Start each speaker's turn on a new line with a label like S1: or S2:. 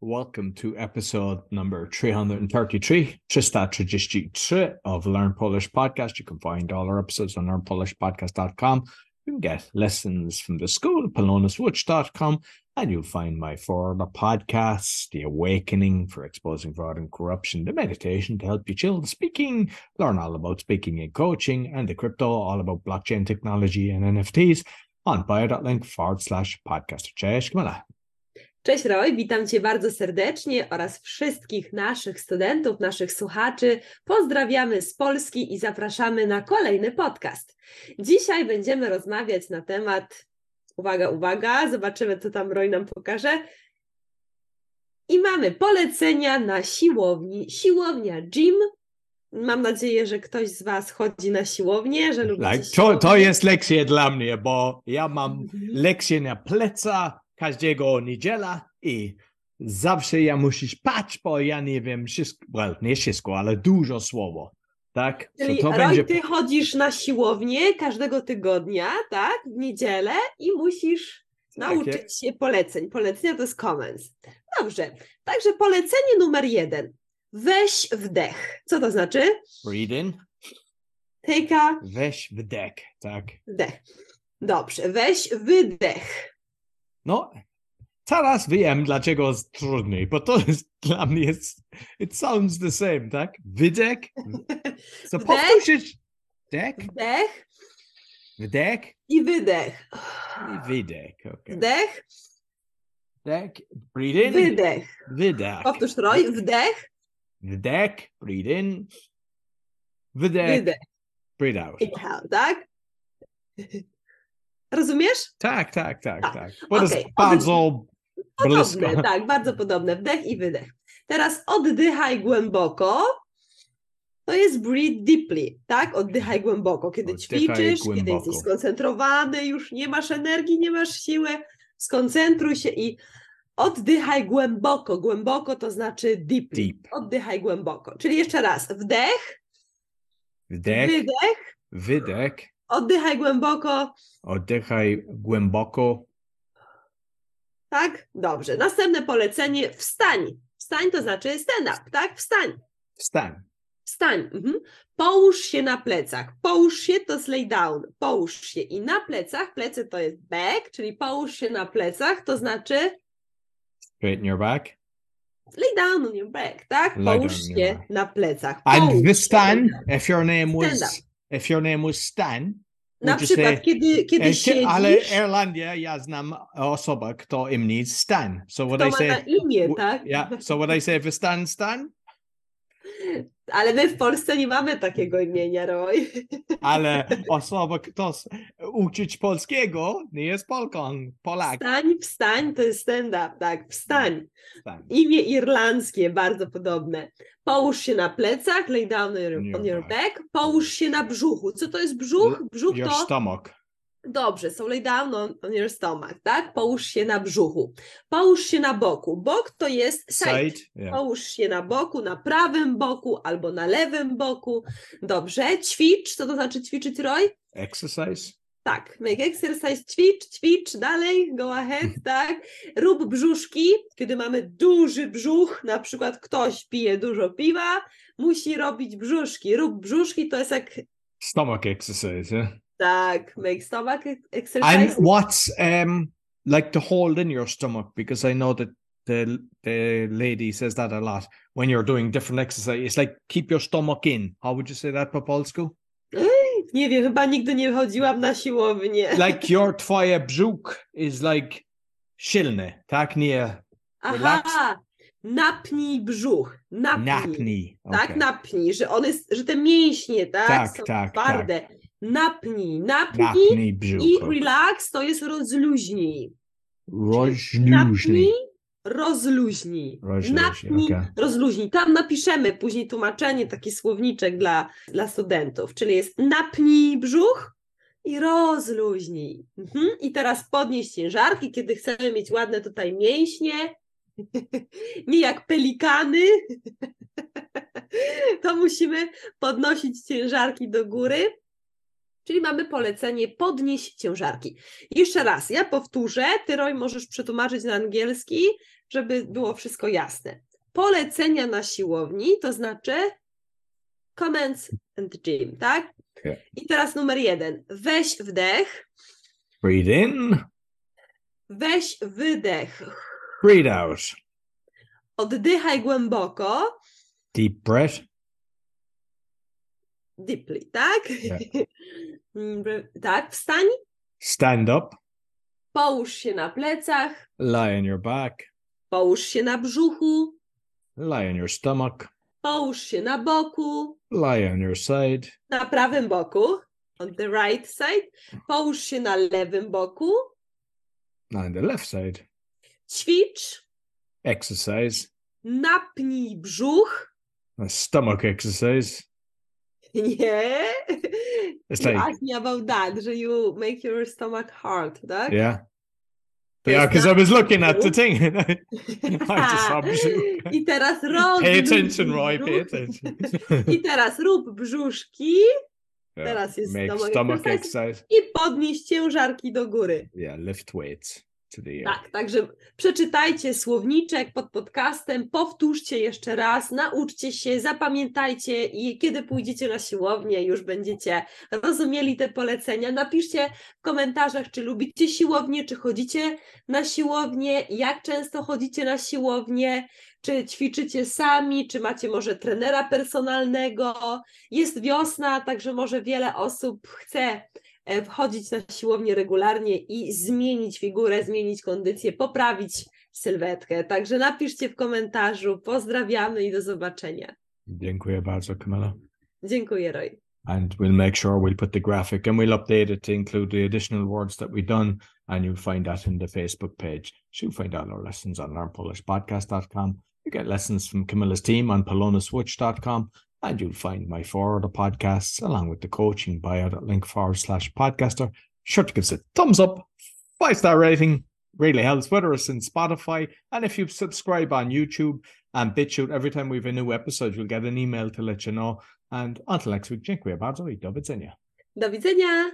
S1: Welcome to episode number 333, 333 of Learn Polish Podcast. You can find all our episodes on learnpolishpodcast.com. You can get lessons from the school, polonaswitch.com, and you'll find my four other podcasts, The Awakening for Exposing Fraud and Corruption, The Meditation to Help You Chill, The Speaking, learn all about speaking and coaching, and The Crypto, all about blockchain technology and NFTs on bio.link forward slash podcast. Cześć, Kamila.
S2: Cześć Roy, witam Cię bardzo serdecznie oraz wszystkich naszych studentów, naszych słuchaczy. Pozdrawiamy z Polski i zapraszamy na kolejny podcast. Dzisiaj będziemy rozmawiać na temat, uwaga, uwaga, zobaczymy co tam Roy nam pokaże. I mamy polecenia na siłowni. Siłownia gym. Mam nadzieję, że ktoś z Was chodzi na siłownię, że lubi
S1: Tak, to, to jest lekcje dla mnie, bo ja mam lekcje na pleca każdego niedziela i zawsze ja musisz patrzeć, bo ja nie wiem wszystko, well, nie wszystko, ale dużo słowo. Tak?
S2: Czyli
S1: to
S2: Roy, ty chodzisz na siłownię każdego tygodnia, tak? W niedzielę i musisz nauczyć się poleceń. Polecenia to jest comments. Dobrze, także polecenie numer jeden. Weź wdech. Co to znaczy?
S1: breathe in,
S2: Tyka
S1: weź wdech, tak?
S2: wdech. Dobrze, weź wydech.
S1: No, teraz wiem, dlaczego jest trudniej, bo to jest dla mnie, jest, it sounds the same, tak? Wydech, so
S2: Wdech.
S1: powtórzysz, dek,
S2: Wdech
S1: wdech
S2: i wydech.
S1: i wydech, okej.
S2: Wdech,
S1: Wdech, breathe in,
S2: wydech.
S1: wydech.
S2: Powtórz Roy, wdech,
S1: Wdech, breathe in. Wdech,
S2: wydech.
S1: breathe out.
S2: Inhale, tak? Rozumiesz?
S1: Tak, tak, tak,
S2: Tak.
S1: tak. Bo to jest
S2: Okej,
S1: bardzo blisko.
S2: Podobne, tak, bardzo podobne. Wdech i wydech. Teraz oddychaj głęboko. To jest breathe deeply, tak? Oddychaj głęboko. Kiedy
S1: Oddychaj
S2: ćwiczysz, kiedy
S1: głęboko.
S2: jesteś skoncentrowany, już nie masz energii, nie masz siły, skoncentruj się i oddychaj głęboko. Głęboko to znaczy deeply.
S1: Deep.
S2: Oddychaj głęboko. Czyli jeszcze raz. Wdech,
S1: Wdech,
S2: wydech,
S1: wydech.
S2: oddychaj głęboko.
S1: Oddychaj głęboko.
S2: Tak? Dobrze. Następne polecenie. Wstań. Wstań to znaczy stand up, tak? Wstań.
S1: Wstań.
S2: Wstań. Mhm. Połóż się na plecach. Połóż się to jest lay down. Połóż się i na plecach. Plecy to jest back, czyli połóż się na plecach, to znaczy
S1: Straighten your back.
S2: lay down on your back, tak?
S1: Lay
S2: Połóż
S1: down no. on your
S2: się
S1: back.
S2: na plecach. Połóż
S1: And
S2: się
S1: Stan, if your name
S2: Oh, Stand
S1: was, if your name was Stan,
S2: Na
S1: would you
S2: przykład,
S1: say-
S2: kiedy, kiedy
S1: Eh,
S2: siedzisz,
S1: ale Irlandia, ja znam osobę, kto im nie Stan. So what
S2: to
S1: I
S2: ma na
S1: say,
S2: imię,
S1: w-
S2: tak?
S1: yeah, so what I say for Stan, Stan?
S2: Ale my w Polsce nie mamy takiego imienia, Roy.
S1: ale osoba, kto s- uczyć polskiego, nie jest Polką, Polak.
S2: Wstań, wstań, to jest stand-up, tak? Wstań.
S1: Tak.
S2: Imię irlandzkie, bardzo podobne. Połóż się na plecach, lay down on your, on your back. Połóż się na brzuchu. Co to jest brzuch? Brzuch
S1: Your
S2: to...
S1: stomach.
S2: Dobrze, so lay down on, on your stomach, tak? Połóż się na brzuchu. Połóż się na boku. Bok to jest side.
S1: Side. Yeah.
S2: Połóż się na boku, na prawym boku albo na lewym boku. Dobrze, ćwicz. Co to znaczy ćwiczyć, Roy?
S1: Exercise.
S2: Tak, make exercise, ćwicz, ćwicz, dalej, go ahead, tak. Rób brzuszki, kiedy mamy duży brzuch, na przykład ktoś pije dużo piwa, musi robić brzuszki. Rób brzuszki, to jest jak,
S1: Stomach exercise. Yeah.
S2: tak, make stomach
S1: And
S2: exercise.
S1: what's um like to hold in your stomach? Because I know that the the lady says that a lot when you're doing different exercise. It's like keep your stomach in. How would you say that for Polsku?
S2: Nie wiem, chyba nigdy nie chodziłam na siłownię.
S1: Like your twoje brzuch is like silny, tak nie relax.
S2: Aha, napnij brzuch, napnij.
S1: napni.
S2: Tak,
S1: Okay.
S2: napnij, że one, że te mięśnie, tak,
S1: Tak,
S2: są
S1: tak, tak.
S2: twarde. Napnij, napnij.
S1: Napnij brzuch.
S2: I
S1: okej.
S2: relax to jest rozluźnij.
S1: Rozluźnij.
S2: Napnij, rozluźnij.
S1: Rozluźnij,
S2: Napnij,
S1: okej.
S2: rozluźnij. Tam napiszemy później tłumaczenie, taki słowniczek dla, dla studentów, czyli jest napnij brzuch i rozluźnij. Mhm. I teraz podnieś ciężarki, kiedy chcemy mieć ładne tutaj mięśnie, nie jak pelikany, to musimy podnosić ciężarki do góry. Czyli mamy polecenie podnieść ciężarki. Jeszcze raz, ja powtórzę, ty Roy możesz przetłumaczyć na angielski, żeby było wszystko jasne. Polecenia na siłowni to znaczy comments and gym, tak?
S1: Okay.
S2: I teraz numer jeden. Weź wdech,
S1: Breathe in,
S2: weź wydech,
S1: breathe out.
S2: oddychaj głęboko,
S1: Deep breath,
S2: deeply, tak?
S1: Tak.
S2: Mm, tak, wstań,
S1: stand up,
S2: połóż się na plecach,
S1: lie on your back,
S2: połóż się na brzuchu,
S1: lie on your stomach,
S2: połóż się na boku,
S1: lie on your side,
S2: na prawym boku, on the right side, połóż się na lewym boku,
S1: on the left side,
S2: ćwicz,
S1: exercise,
S2: napnij brzuch,
S1: a stomach exercise.
S2: nie,
S1: It's
S2: you
S1: like-
S2: asked me about that, że you make your stomach hard, tak?
S1: Yeah.
S2: To
S1: yeah,
S2: jest
S1: because I was looking at the
S2: brzuch.
S1: thing. and I just saw brzuch.
S2: I teraz rob
S1: Pay attention,
S2: brzuch.
S1: Roy. Pay attention.
S2: I teraz rób brzuszki
S1: Yeah,
S2: Teraz jest
S1: Make
S2: stomach
S1: stomach
S2: exercise.
S1: exercise.
S2: i podnieś ciężarki do góry.
S1: Yeah, lift weights to the air.
S2: Tak, także przeczytajcie słowniczek pod podcastem, powtórzcie jeszcze raz, nauczcie się, zapamiętajcie i kiedy pójdziecie na siłownię, już będziecie rozumieli te polecenia. Napiszcie w komentarzach, czy lubicie siłownię, czy chodzicie na siłownię, jak często chodzicie na siłownię, czy ćwiczycie sami, czy macie może trenera personalnego. Jest wiosna, także może wiele osób chce e, wchodzić na siłownię regularnie i zmienić figurę, zmienić kondycję, poprawić sylwetkę. Także napiszcie w komentarzu. Pozdrawiamy i do zobaczenia.
S1: Dziękuję bardzo, Camilla.
S2: Dziękuję, Roy.
S1: And we'll make sure we'll put the graphic and we'll update it to include the additional words that we've done. And you'll find that in the Facebook page. So you'll find all our lessons on learnpolishpodcast.com. You get lessons from Camilla's team on polonaswitch.com. And you'll find my four other podcasts along with the coaching bio at link forward slash podcaster. Be Sure to give us a thumbs up, five star rating. Really helps, whether it's in Spotify. And if you subscribe on YouTube and BitChute, every time we have a new episode, you'll get an email to let you know. And until next week, dziękuję bardzo i do widzenia.
S2: Do widzenia!